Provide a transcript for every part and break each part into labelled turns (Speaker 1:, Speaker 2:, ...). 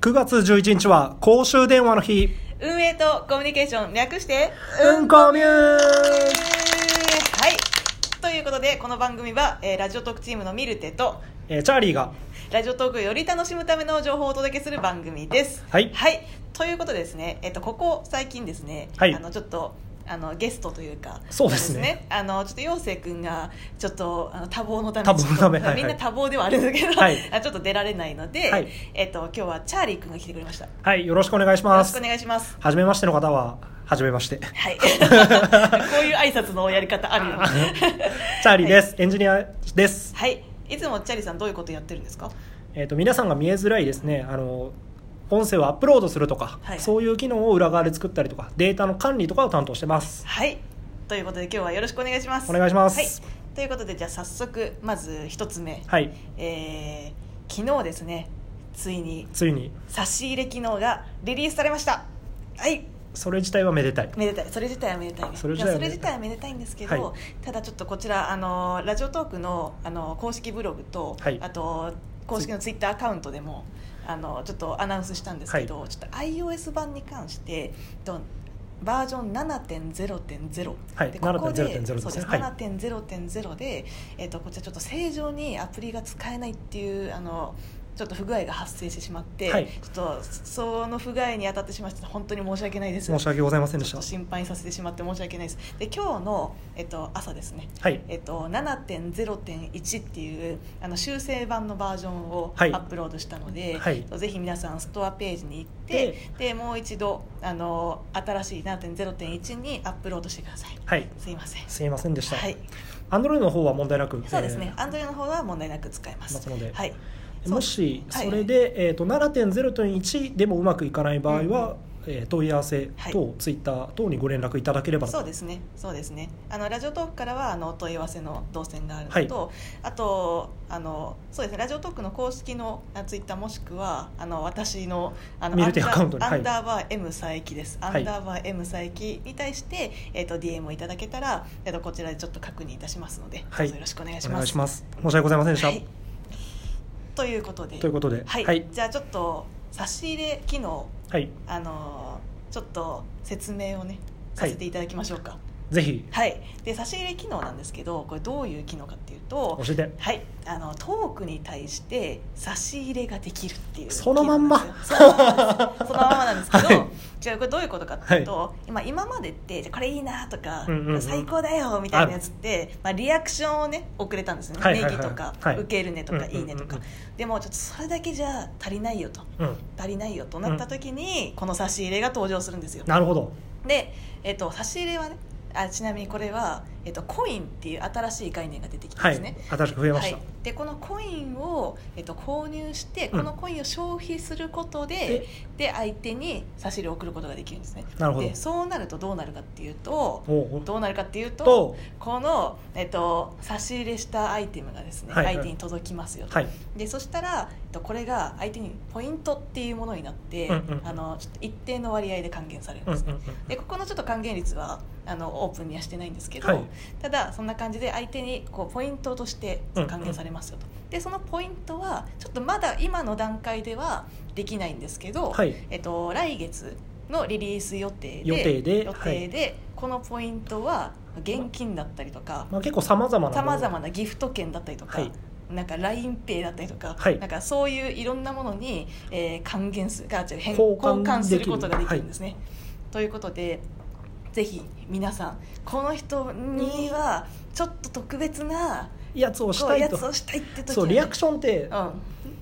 Speaker 1: 9月11日は公衆電話の日
Speaker 2: 運営とコミュニケーション略して
Speaker 1: うんこミュー
Speaker 2: はいということでこの番組は、えーラジオトークチームのミルテと
Speaker 1: えーチャーリーが
Speaker 2: ラジオトークをより楽しむための情報をお届けする番組です
Speaker 1: はい
Speaker 2: ということでですね、えっと、ここ最近ですね、
Speaker 1: はい
Speaker 2: あのちょっとあのゲストというか
Speaker 1: そうですね
Speaker 2: あのちょっと陽生君がちょっとあの多忙のため
Speaker 1: 多忙のため
Speaker 2: ちょっと
Speaker 1: はいはい
Speaker 2: みんな多忙ではあるんですけど、
Speaker 1: はい
Speaker 2: あちょっと出られないので、
Speaker 1: はい
Speaker 2: えっと、今日はチャーリー君が来てくれましたよ
Speaker 1: はいよろしくお願いし
Speaker 2: ろ
Speaker 1: ま
Speaker 2: しく
Speaker 1: す
Speaker 2: お願いします
Speaker 1: はじめましての方ははじめまして
Speaker 2: はい、こういう挨拶のやり方あるよね
Speaker 1: チャーリーです、エンジニアです
Speaker 2: はいいつもチャーリーさんどういうことやってるんですか
Speaker 1: えっ、と皆さんが見えづらいですねあの音声をアップロードするとか、
Speaker 2: はい
Speaker 1: そういう機能を裏側で作ったりとかデータの管理とかを担当してます
Speaker 2: はいということで今日はよろしくお願いします
Speaker 1: お願いします
Speaker 2: はい、ということでじゃあ早速まず一つ目、
Speaker 1: はい
Speaker 2: えー昨日ですねついに
Speaker 1: ついに
Speaker 2: 差し入れ機能がリリースされましたはい
Speaker 1: それ自体はめでたい
Speaker 2: めでたいそれ自体はめでたいね
Speaker 1: それ
Speaker 2: い
Speaker 1: 自体は
Speaker 2: やそ
Speaker 1: め
Speaker 2: れ
Speaker 1: で
Speaker 2: 自
Speaker 1: たい
Speaker 2: 体はめでたいんですけど、
Speaker 1: は
Speaker 2: ただちょっとこちらあのラジオトークのあの公式ブログと、
Speaker 1: はい
Speaker 2: あと公式のツイッターアカウントでもあのちょっとアナウンスしたんですけど、ちょっと iOS 版に関してとバージョン7.0.0、
Speaker 1: はい
Speaker 2: でここで
Speaker 1: 7.0.0ですね
Speaker 2: そうです、
Speaker 1: はい
Speaker 2: 7.0.0で、えっとこちらちょっと正常にアプリが使えないっていうあのちょっと不具合が発生してしまって、
Speaker 1: はい
Speaker 2: ちょっとその不具合に当たってしまって本当に申し訳ないです
Speaker 1: 申し訳ございませんでし
Speaker 2: ち
Speaker 1: た
Speaker 2: ょっと心配させてしまって申し訳ないですで今日の、えっと、朝ですね、
Speaker 1: はい
Speaker 2: えっと、7.0.1っていうあの修正版のバージョンをア
Speaker 1: はい
Speaker 2: ップロードしたので、
Speaker 1: はい
Speaker 2: ぜひ皆さんストアページに行ってでもう一度あの新しい7.0.1にアップロードしてください
Speaker 1: はい
Speaker 2: すいません
Speaker 1: すいませんでした、
Speaker 2: はい、
Speaker 1: アンドロイドの方は問題なく
Speaker 2: そうですね、
Speaker 1: え
Speaker 2: Android の方は問題なく使えます
Speaker 1: ますので
Speaker 2: はい、
Speaker 1: ーもし
Speaker 2: はい
Speaker 1: それで、えー、と7.0.1でもうまくいかない場合
Speaker 2: うんう
Speaker 1: は、えー問い合わせ
Speaker 2: は
Speaker 1: とツイッター等にご連絡いただければと
Speaker 2: そうですね、そうですね。あのラジオトークからはあのお問い合わせの動線があるのと、あとあのそうですね、ラジオトークの公式のあツイッターもしくはあの私のあの
Speaker 1: 見れてアカウントに
Speaker 2: ア
Speaker 1: はい
Speaker 2: ンダーバー M 佐伯です。
Speaker 1: は
Speaker 2: ア
Speaker 1: い
Speaker 2: ンダーバー M 佐伯に対してえっ、と DM をいただけたらえっ、とこちらでちょっと確認いたしますので、
Speaker 1: はい
Speaker 2: どうぞよろしくお願いし
Speaker 1: お
Speaker 2: ます。
Speaker 1: 願いします申し訳ございませんでした、
Speaker 2: はい。ということで、
Speaker 1: ということで
Speaker 2: はい、
Speaker 1: はい
Speaker 2: じゃあちょっと差し入れ機能
Speaker 1: はい
Speaker 2: あのちょっと説明をね
Speaker 1: は
Speaker 2: さ
Speaker 1: い
Speaker 2: せていただきましょうか。
Speaker 1: ぜひ
Speaker 2: はい、で差し入れ機能なんですけどこれどういう機能かっていうと
Speaker 1: 教、えて
Speaker 2: はい、あのトークに対して差し入れができるっていう
Speaker 1: そのまんま
Speaker 2: 機能なんですよそのまんまですそのまんまなんですけど、
Speaker 1: はい
Speaker 2: じゃあこれどういうことかっていうと、今今までってじゃあこれいいなとか、
Speaker 1: うんうんうん
Speaker 2: 最高だよみたいなやつってまあ、リアクションをね遅れたんですよね、
Speaker 1: はいはいはい
Speaker 2: ネギとか、
Speaker 1: はい
Speaker 2: 受けるねとか、
Speaker 1: うんうんうん
Speaker 2: いいねとかでもちょっとそれだけじゃ足りないよと
Speaker 1: うん
Speaker 2: 足りないよとなった時に、この差し入れが登場するんですよ
Speaker 1: なるほど
Speaker 2: で、えっと差し入れはねあちなみにこれは、えっとコインっていう新しい概念が出てきたん
Speaker 1: はい、
Speaker 2: ですね、
Speaker 1: 新しく増えました、
Speaker 2: はいでこのコインを、えっと購入してこのコインを消費することで、で相手に差し入れを送ることができるんですね
Speaker 1: なるほど
Speaker 2: でそうなるとどうなるかっていうと
Speaker 1: おうおう
Speaker 2: どうなるかっていうと
Speaker 1: と
Speaker 2: この、えっと差し入れしたアイテムがですね、
Speaker 1: はいはい
Speaker 2: 相手に届きますよと
Speaker 1: はい
Speaker 2: でそしたらえっとこれが相手にポイントっていうものになって、
Speaker 1: うんうん
Speaker 2: あのちょっと一定の割合で還元されるん
Speaker 1: うん
Speaker 2: で
Speaker 1: うん
Speaker 2: すね、
Speaker 1: うん
Speaker 2: でここのちょっと還元率はあのオープンにはしてないんですけど、
Speaker 1: はい
Speaker 2: ただそんな感じで相手にこうポイントとして
Speaker 1: うんうん
Speaker 2: 還元されますよと、でそのポイントはちょっとまだ今の段階ではできないんですけど、
Speaker 1: はい
Speaker 2: えっと、来月のリリース予定で
Speaker 1: 予定で
Speaker 2: 予定でこのポイントは現金だったりとか
Speaker 1: まあ、結構さまざまな
Speaker 2: さまざま
Speaker 1: な
Speaker 2: なギフト券だったりとか、
Speaker 1: はい
Speaker 2: なんか LINEPay だったりとか、
Speaker 1: はい
Speaker 2: なんかそういういろんなものに、えー還元するあ違う変
Speaker 1: 交
Speaker 2: 交
Speaker 1: 換
Speaker 2: 換す
Speaker 1: で
Speaker 2: る
Speaker 1: きる
Speaker 2: ことができるんですね。ということでぜひ皆さんこの人にはちょっと特別な
Speaker 1: やつをし
Speaker 2: こ
Speaker 1: た
Speaker 2: う
Speaker 1: い
Speaker 2: や
Speaker 1: と
Speaker 2: つをしたいって時はね
Speaker 1: そうリアクションって
Speaker 2: うん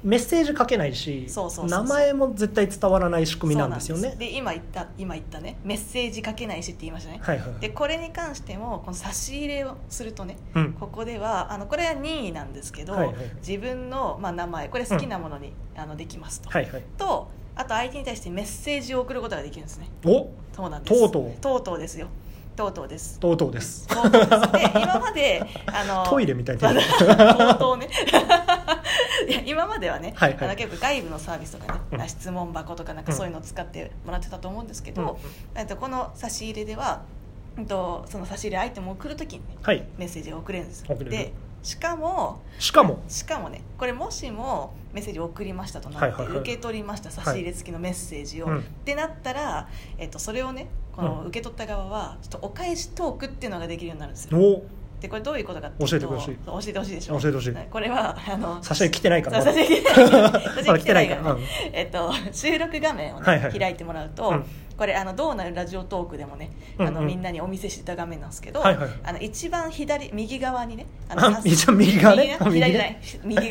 Speaker 1: メッセージ書けないし
Speaker 2: そうそうそうそ
Speaker 1: 名
Speaker 2: う
Speaker 1: 前も絶対伝わらない仕組みなんですよ
Speaker 2: そう
Speaker 1: ね
Speaker 2: なんですで今言った今言ったねメッセージかけないしって言いましたね、
Speaker 1: はいはいはい
Speaker 2: でこれに関してもこの差し入れをするとね
Speaker 1: うん
Speaker 2: ここではあのこれは任意なんですけど、
Speaker 1: はいはい
Speaker 2: 自分の、まあ、名前これ好きなものに、あのできますと、
Speaker 1: はいはい
Speaker 2: とあと相手に対してメッセージを送ることができるんですね
Speaker 1: お
Speaker 2: そうなんです
Speaker 1: とうとう
Speaker 2: とうとうですよとうとうです
Speaker 1: とうとうです
Speaker 2: とうとうですで今まであの
Speaker 1: トイレみたいな
Speaker 2: とうとうねいや今まではね、
Speaker 1: はいはい
Speaker 2: あの結構外部のサービスとかね、
Speaker 1: うん
Speaker 2: あ質問箱とかなんかそういうのを使ってもらってたと思うんですけど、えっとこの差し入れでは、うんと、その差し入れアイテムを送るときにね、
Speaker 1: はい
Speaker 2: メッセージが送れるんです
Speaker 1: 送れる
Speaker 2: でしかも
Speaker 1: しかも
Speaker 2: しかもねこれもしもメッセージを送りましたとなって、
Speaker 1: はいはいはい
Speaker 2: 受け取りました差し入れ付きのメッセージを、
Speaker 1: うん
Speaker 2: ってなったら、えっと、それをねこの
Speaker 1: うん
Speaker 2: 受け取った側はちょっとお返しトークっていうのができるようになるんですよ、
Speaker 1: お
Speaker 2: でこれどういうことかっていうと
Speaker 1: 教えてください
Speaker 2: そう教えてほしいでしょ
Speaker 1: 教えてほしい
Speaker 2: はいこれはあの
Speaker 1: 差し入れ来てないから
Speaker 2: そう差し入 れ
Speaker 1: ま
Speaker 2: 差
Speaker 1: だ
Speaker 2: し入れ
Speaker 1: 来てないから、
Speaker 2: ねえっと、収録画面を、ね
Speaker 1: はいはいはい
Speaker 2: 開いてもらうと、
Speaker 1: うん
Speaker 2: これあのどうなるラジオトークでもね、あ
Speaker 1: うんう
Speaker 2: の
Speaker 1: ん
Speaker 2: みんなにお見せしてた画面なんですけど、
Speaker 1: はいはい
Speaker 2: あの一番左右側にね
Speaker 1: あ
Speaker 2: の
Speaker 1: 一番右側ね
Speaker 2: 右
Speaker 1: あ
Speaker 2: 左
Speaker 1: 右
Speaker 2: じゃない
Speaker 1: ね
Speaker 2: 右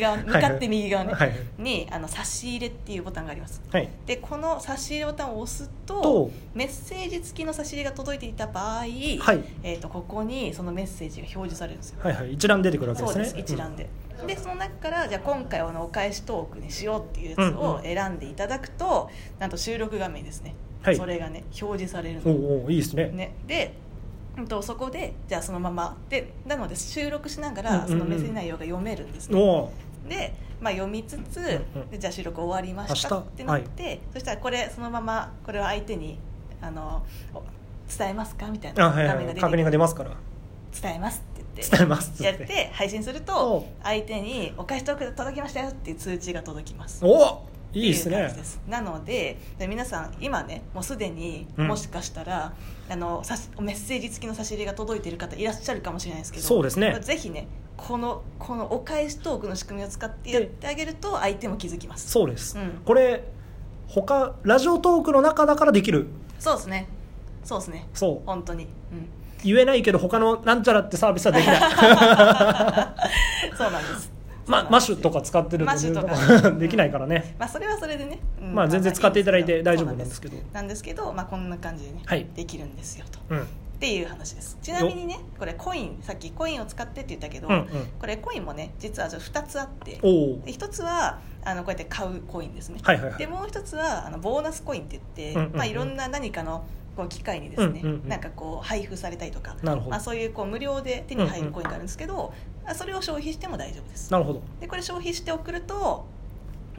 Speaker 2: 側向かって右側ね、
Speaker 1: はいはい
Speaker 2: にあの差し入れっていうボタンがあります
Speaker 1: はい
Speaker 2: でこの差し入れボタンを押すと
Speaker 1: と
Speaker 2: メッセージ付きの差し入れが届いていた場合、
Speaker 1: はい
Speaker 2: えっとここにそのメッセージが表示されるんですよ
Speaker 1: はいはい一覧出てくるわけ
Speaker 2: そ
Speaker 1: で
Speaker 2: う
Speaker 1: すね
Speaker 2: です一覧で、でその中からじゃあ今回はあのお返しトークにしようっていうやつ
Speaker 1: うんう
Speaker 2: を
Speaker 1: ん
Speaker 2: 選んでいただくと、なんと収録画面にですね、
Speaker 1: はい
Speaker 2: それがね表示される
Speaker 1: うん
Speaker 2: の、
Speaker 1: おうおういいですね
Speaker 2: ね、で、うんと、そこでじゃあそのままでなので収録しなが
Speaker 1: うんうんう
Speaker 2: ら
Speaker 1: ん
Speaker 2: そのメッセージ内容が読めるんですね、
Speaker 1: おう
Speaker 2: で、まあ、読みつつ、
Speaker 1: うんうん
Speaker 2: でじゃあ収録終わりました
Speaker 1: 明
Speaker 2: っ
Speaker 1: 日
Speaker 2: てなって、そしたらこれそのままこれを相手にあのお伝えますかみたい
Speaker 1: あ
Speaker 2: な
Speaker 1: はいはい確認が出ますから
Speaker 2: 伝えますって言って
Speaker 1: 伝えますっつ
Speaker 2: やっ
Speaker 1: って
Speaker 2: て配信する
Speaker 1: おう
Speaker 2: と相手に「お返しトーク届きましたよ」っていう通知が届きます
Speaker 1: おおいいです
Speaker 2: ってう感
Speaker 1: ね
Speaker 2: じですなのでで皆さん今ねもうすでに
Speaker 1: うん
Speaker 2: もしかしたら、あのさしメッセージ付きの差し入れが届いている方いらっしゃるかもしれないですけど
Speaker 1: そうですね
Speaker 2: ぜひねこのこのお返しトークの仕組みを使ってやってあげると相手も気づきます
Speaker 1: そうです、
Speaker 2: うん
Speaker 1: これ他ラジオトークの中だからできる
Speaker 2: そうですねそうですね
Speaker 1: そう
Speaker 2: 本当に、うん、
Speaker 1: 言えないけど他のなんちゃらってサービスはでき ない
Speaker 2: そうなんです
Speaker 1: まあマッシュとか使ってる
Speaker 2: マッシュとか
Speaker 1: 全然 できないからね、
Speaker 2: まあそれはそれでね、うん
Speaker 1: まあ全然使っていただいて大丈夫なん
Speaker 2: まあ
Speaker 1: ですけど
Speaker 2: なんですけど、まあ、こんな感じでね、
Speaker 1: はい
Speaker 2: できるんですよと
Speaker 1: うん
Speaker 2: っていう話ですちなみにねこれコインさっきコインを使ってって言ったけど、
Speaker 1: うんうん
Speaker 2: これコインもね実はちょっと2つあって
Speaker 1: おお
Speaker 2: で1つはあのこうやって買うコインですね、
Speaker 1: はいはいは
Speaker 2: で
Speaker 1: い
Speaker 2: もう1つはあのボーナスコインって言って、
Speaker 1: うんうんうん
Speaker 2: まあ、いろんな何かのこう機会にですね、
Speaker 1: うんうんうん
Speaker 2: なんかこう配布されたりとか、
Speaker 1: なるほど
Speaker 2: まあ、そういうこう無料で手に入るコインがあるんですけど、まあそれを消費しても大丈夫です
Speaker 1: なるほど
Speaker 2: でこれ消費して送ると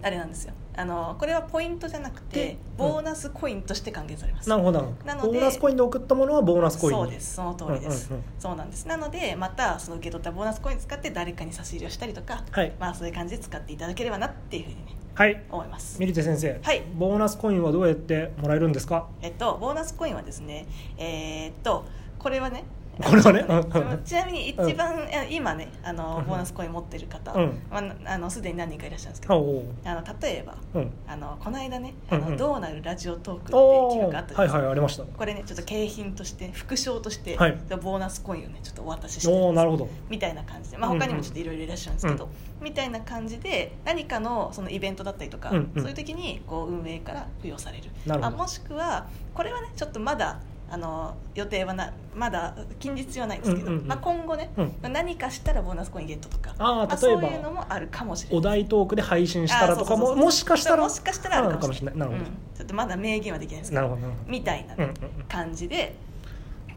Speaker 2: あれなんですよあのこれはポイントじゃなく
Speaker 1: で
Speaker 2: てボーナスコインとして還元されます、
Speaker 1: なるほど
Speaker 2: なので
Speaker 1: ボーナスコインで送ったものはボーナスコインに
Speaker 2: そうですその通りです、
Speaker 1: うんうんうん
Speaker 2: そうなんですなのでまたその受け取ったボーナスコイン使って誰かに差し入れをしたりとか、
Speaker 1: はい
Speaker 2: まあそういう感じで使っていただければなっていうふうにね
Speaker 1: はい
Speaker 2: 思います
Speaker 1: ミリテ先生、
Speaker 2: はい
Speaker 1: ボーナスコインはどうやってもらえるんですか
Speaker 2: えっとボーナスコインはですねえーっとこれはね
Speaker 1: これはね
Speaker 2: ちょっと
Speaker 1: うんうん
Speaker 2: ちなみに一番、え今ねあ
Speaker 1: うんう
Speaker 2: の
Speaker 1: ん
Speaker 2: ボーナスコイン持ってる方、
Speaker 1: うん
Speaker 2: まあ、あのすでに何人かいらっしゃるんですけ
Speaker 1: お
Speaker 2: ど、
Speaker 1: お
Speaker 2: あの例えば
Speaker 1: うん
Speaker 2: あのこの間ね「あの
Speaker 1: うんうん
Speaker 2: どうなるラジオトーク」っていう
Speaker 1: お
Speaker 2: 企
Speaker 1: お
Speaker 2: 画があったじゃ
Speaker 1: はいい
Speaker 2: なですか、
Speaker 1: はいありました
Speaker 2: これねちょっと景品として副賞として、
Speaker 1: はい
Speaker 2: ボーナスコインをねちょっとお渡しして
Speaker 1: おおな
Speaker 2: る
Speaker 1: るほど
Speaker 2: みたいな感じで、まあ、
Speaker 1: うんうん
Speaker 2: 他にもちょっといろいろいらっしゃるんですけど、みたいな感じで何かのそのイベントだったりとか、
Speaker 1: うんうん
Speaker 2: そういう時にこう運営から付与される
Speaker 1: なるほど
Speaker 2: あもしくはこれはねちょっとまだあの予定はなまだ近日はないんですけ
Speaker 1: う
Speaker 2: ど、
Speaker 1: んうんうん
Speaker 2: まあ、今後ね、
Speaker 1: うん
Speaker 2: 何かしたらボーナスコインゲットとか
Speaker 1: あー
Speaker 2: ま
Speaker 1: 例えば
Speaker 2: そういうのもあるかもしれない
Speaker 1: お題トークで配信したらとか
Speaker 2: あーそうそう
Speaker 1: も
Speaker 2: そうそう
Speaker 1: もしかしたら
Speaker 2: もしかしたらあるかもしれない
Speaker 1: なるほど
Speaker 2: うんちょっとまだ明言はできないですけ
Speaker 1: な
Speaker 2: ど
Speaker 1: るほどなるほど
Speaker 2: みたいな
Speaker 1: うんうんうん
Speaker 2: 感じで、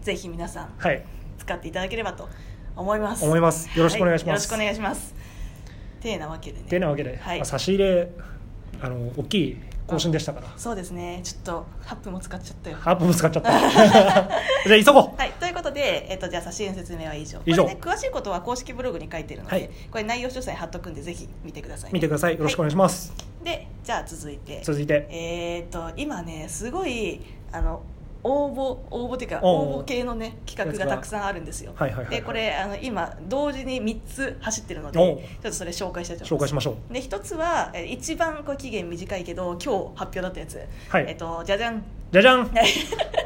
Speaker 2: ぜひ皆さん
Speaker 1: はい
Speaker 2: 使っていただければと思います
Speaker 1: 思いますよろしくお願いします
Speaker 2: はよろしくお願いしますてなわけでね
Speaker 1: てなわけで、
Speaker 2: はい
Speaker 1: まあ差し入れあの大きい更新でしたから
Speaker 2: そうですねちょっと8分も使っちゃったよ
Speaker 1: ハープぶつかっちゃ ったじゃあ急ごう
Speaker 2: はい、ということで、えっとじゃあ差し入れの説明は以上
Speaker 1: 以上
Speaker 2: これね、詳しいことは公式ブログに書いてるので、
Speaker 1: はい
Speaker 2: これ内容詳細貼っとくんでぜひ見てくださいね、
Speaker 1: 見てくださいよろしくお願いします、
Speaker 2: でじゃあ続いて
Speaker 1: 続いて
Speaker 2: えー、と今ねすごいあの応募応募っていうか
Speaker 1: おうおう
Speaker 2: 応募系のね企画がたくさんあるんですよ、
Speaker 1: はいはいはいはい
Speaker 2: でこれあの今同時に3つ走ってるので
Speaker 1: おう
Speaker 2: ちょっとそれ紹介したいと
Speaker 1: 紹
Speaker 2: 思い
Speaker 1: 介
Speaker 2: ます
Speaker 1: しましょう
Speaker 2: で一つはえ一番こう期限短いけど今日発表だったやつ、
Speaker 1: はい
Speaker 2: えっとじゃじゃ ん
Speaker 1: じゃじゃ ん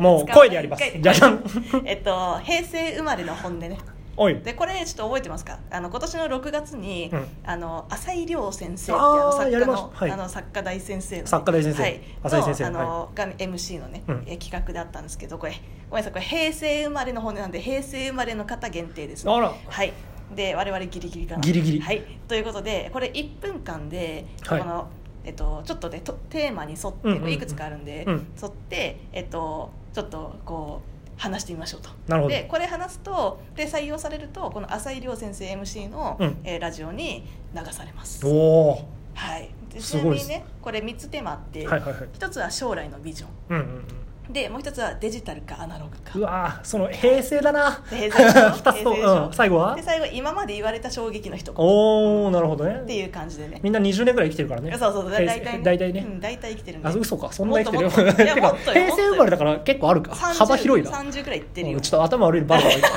Speaker 1: もう声でやります
Speaker 2: 使わ
Speaker 1: じゃ
Speaker 2: ない
Speaker 1: じゃん
Speaker 2: えっと平成生まれの本音ね
Speaker 1: おい
Speaker 2: でこれちょっと覚えてますかあの今年の6月に、
Speaker 1: うん
Speaker 2: あの浅井亮先生っていうあ
Speaker 1: あ
Speaker 2: の
Speaker 1: ー
Speaker 2: 作
Speaker 1: や
Speaker 2: 家
Speaker 1: りまし
Speaker 2: の,、
Speaker 1: たはい
Speaker 2: あの作家大先生のね、
Speaker 1: 作家大先生
Speaker 2: はい、
Speaker 1: 浅井先生
Speaker 2: のあの、が MC のね、
Speaker 1: うん
Speaker 2: え企画だったんですけどこれごめんなさいこれ平成生まれの本音なんで平成生まれの方限定です、ね、
Speaker 1: あら
Speaker 2: はいで我々ギリギリかな
Speaker 1: ギリギリ
Speaker 2: はい、ということでこれ1分間で、
Speaker 1: はい
Speaker 2: このえっと、ちょっとねとテーマに沿って、
Speaker 1: うんうんうん
Speaker 2: いくつかあるんで、
Speaker 1: うん
Speaker 2: 沿って、えっと、ちょっとこう話してみましょうと
Speaker 1: なるほど
Speaker 2: でこれ話すとで採用されるとこの浅井亮先生 MC の、
Speaker 1: うん
Speaker 2: えーラジオに流されます
Speaker 1: お、お
Speaker 2: はい、ですちな
Speaker 1: ごい
Speaker 2: み
Speaker 1: です
Speaker 2: にねこれ3つテーマあって、
Speaker 1: ーはいはいはい
Speaker 2: 1つは将来のビジョン
Speaker 1: うんうんうん
Speaker 2: でもう一つはデジタルかアナログ
Speaker 1: う
Speaker 2: か
Speaker 1: わーその平成だな
Speaker 2: 平成でし ょ
Speaker 1: 二つと、
Speaker 2: 平成でしょ
Speaker 1: うん、最後は
Speaker 2: で最後今まで言われた衝撃の一言
Speaker 1: おおなるほどね
Speaker 2: っていう感じでね
Speaker 1: みんな20年ぐらい生きてるからね
Speaker 2: そうそうそうだ
Speaker 1: 平
Speaker 2: 大
Speaker 1: 成
Speaker 2: 体ね
Speaker 1: 大体ね、
Speaker 2: うん、大体生きてるんで
Speaker 1: あ嘘かそんな生きてる
Speaker 2: もっともっと いや
Speaker 1: てか
Speaker 2: もっとよ
Speaker 1: 平成生まれだから結構あるか
Speaker 2: 30
Speaker 1: 幅広いな
Speaker 2: 30くらいいってる
Speaker 1: う
Speaker 2: よ、
Speaker 1: んちょっと頭悪いバカがいた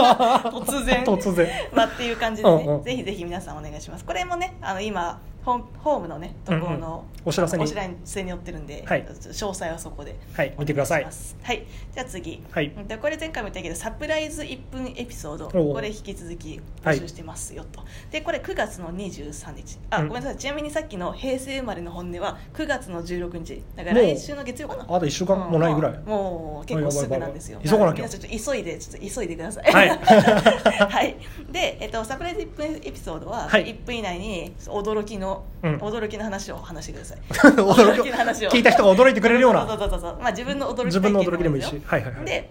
Speaker 2: 突 然
Speaker 1: 突然
Speaker 2: まあっていう感じでね、
Speaker 1: うんうん
Speaker 2: ぜひぜひ皆さんお願いしますこれもねあの今ホームホームのねところ
Speaker 1: う
Speaker 2: の
Speaker 1: んうんお知らせに
Speaker 2: お知らせによってるんで、
Speaker 1: はい
Speaker 2: 詳細はそこで
Speaker 1: はい見てください
Speaker 2: お願しますはいじゃあ次
Speaker 1: はい
Speaker 2: でこれ前回も言ったけどサプライズ1分エピソード
Speaker 1: おう
Speaker 2: これ引き続き募集してますよと、でこれ9月の23日あ、
Speaker 1: うん
Speaker 2: ごめんなさいちなみにさっきの平成生まれの本音は9月の16日だから
Speaker 1: もう
Speaker 2: 来週の月曜かな
Speaker 1: あと1週間もないぐらい、
Speaker 2: うんもう結構すぐなんですよ
Speaker 1: あやばいやばいやばい急がなきゃ
Speaker 2: 皆さんちょっと急いでちょっと急いでください
Speaker 1: はい
Speaker 2: はいで、えっと、サプライズ1分エピソードは
Speaker 1: はい
Speaker 2: 1分以内に驚きの、
Speaker 1: うん
Speaker 2: 驚きの話を話してください
Speaker 1: 驚
Speaker 2: 驚きの話を
Speaker 1: 聞いた人が驚いてくれるような
Speaker 2: そうそうそうそうまあ自分の驚き
Speaker 1: 自分の驚
Speaker 2: 体
Speaker 1: き
Speaker 2: 験
Speaker 1: でもいい
Speaker 2: です
Speaker 1: し
Speaker 2: よ
Speaker 1: はいはいはい
Speaker 2: で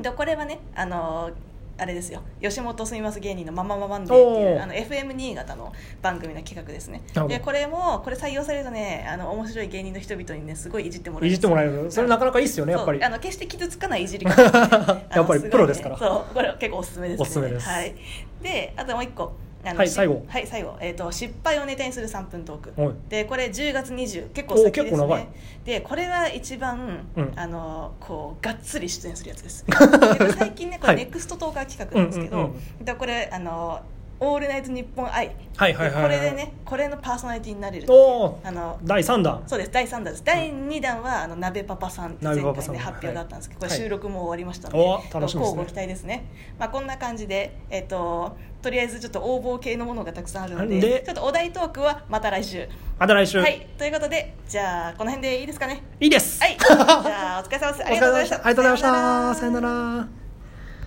Speaker 2: でこれはねあのーあれですよ吉本すみます芸人のママママンデーってい
Speaker 1: お
Speaker 2: う
Speaker 1: ー
Speaker 2: あの FM 新潟の番組の企画ですね
Speaker 1: なるほど
Speaker 2: でこれもこれ採用されるとねあの面白い芸人の人々にねすごいいじってもらえ
Speaker 1: い
Speaker 2: る
Speaker 1: じっ
Speaker 2: んです
Speaker 1: て
Speaker 2: よ
Speaker 1: もらえるそれなかなかいいっすよねやっぱり
Speaker 2: そうあの決して傷つかないいじり方です ね
Speaker 1: やっぱり
Speaker 2: あのごいね
Speaker 1: プロですから
Speaker 2: そうこれ結構おすすめです、ね、
Speaker 1: おすすめです
Speaker 2: はい、であともう一個あの
Speaker 1: はい
Speaker 2: し
Speaker 1: 最後
Speaker 2: はい最後、えー、と失敗をネタにする3分トーク
Speaker 1: はい
Speaker 2: でこれ10月20結構先ですね
Speaker 1: お結構長い
Speaker 2: でこれが一番、
Speaker 1: うん
Speaker 2: あのこうがっつり出演するやつで すで最近ねこれ、
Speaker 1: はい
Speaker 2: ネクストトーカー企画なんですけど、
Speaker 1: うんうん
Speaker 2: でこれあの「オールナイトニッポン愛」
Speaker 1: はいはいはいはい
Speaker 2: これでねこれのパーソナリティになれるっていう
Speaker 1: おー
Speaker 2: あの
Speaker 1: 第3弾
Speaker 2: そうです第3弾です第2弾はあの鍋パパさんって前
Speaker 1: 鍋
Speaker 2: 回
Speaker 1: パ
Speaker 2: で
Speaker 1: パ
Speaker 2: 発
Speaker 1: さん
Speaker 2: 表があったんですけど、
Speaker 1: はい
Speaker 2: これ収録も終わりましたので、
Speaker 1: お楽しみですね
Speaker 2: こうご期待ですね、まあ、こんな感じで、えっととりあえずちょっと応募系のものがたくさんあるので
Speaker 1: で
Speaker 2: ちょっとお題トークはまた来週
Speaker 1: また来週、、
Speaker 2: はいいということでじゃあこの辺でいいですかね
Speaker 1: いです、
Speaker 2: はいじゃあお疲れ様ですありがとうございました
Speaker 1: お疲れ様でありがとうございましたさよ
Speaker 2: なら
Speaker 1: なら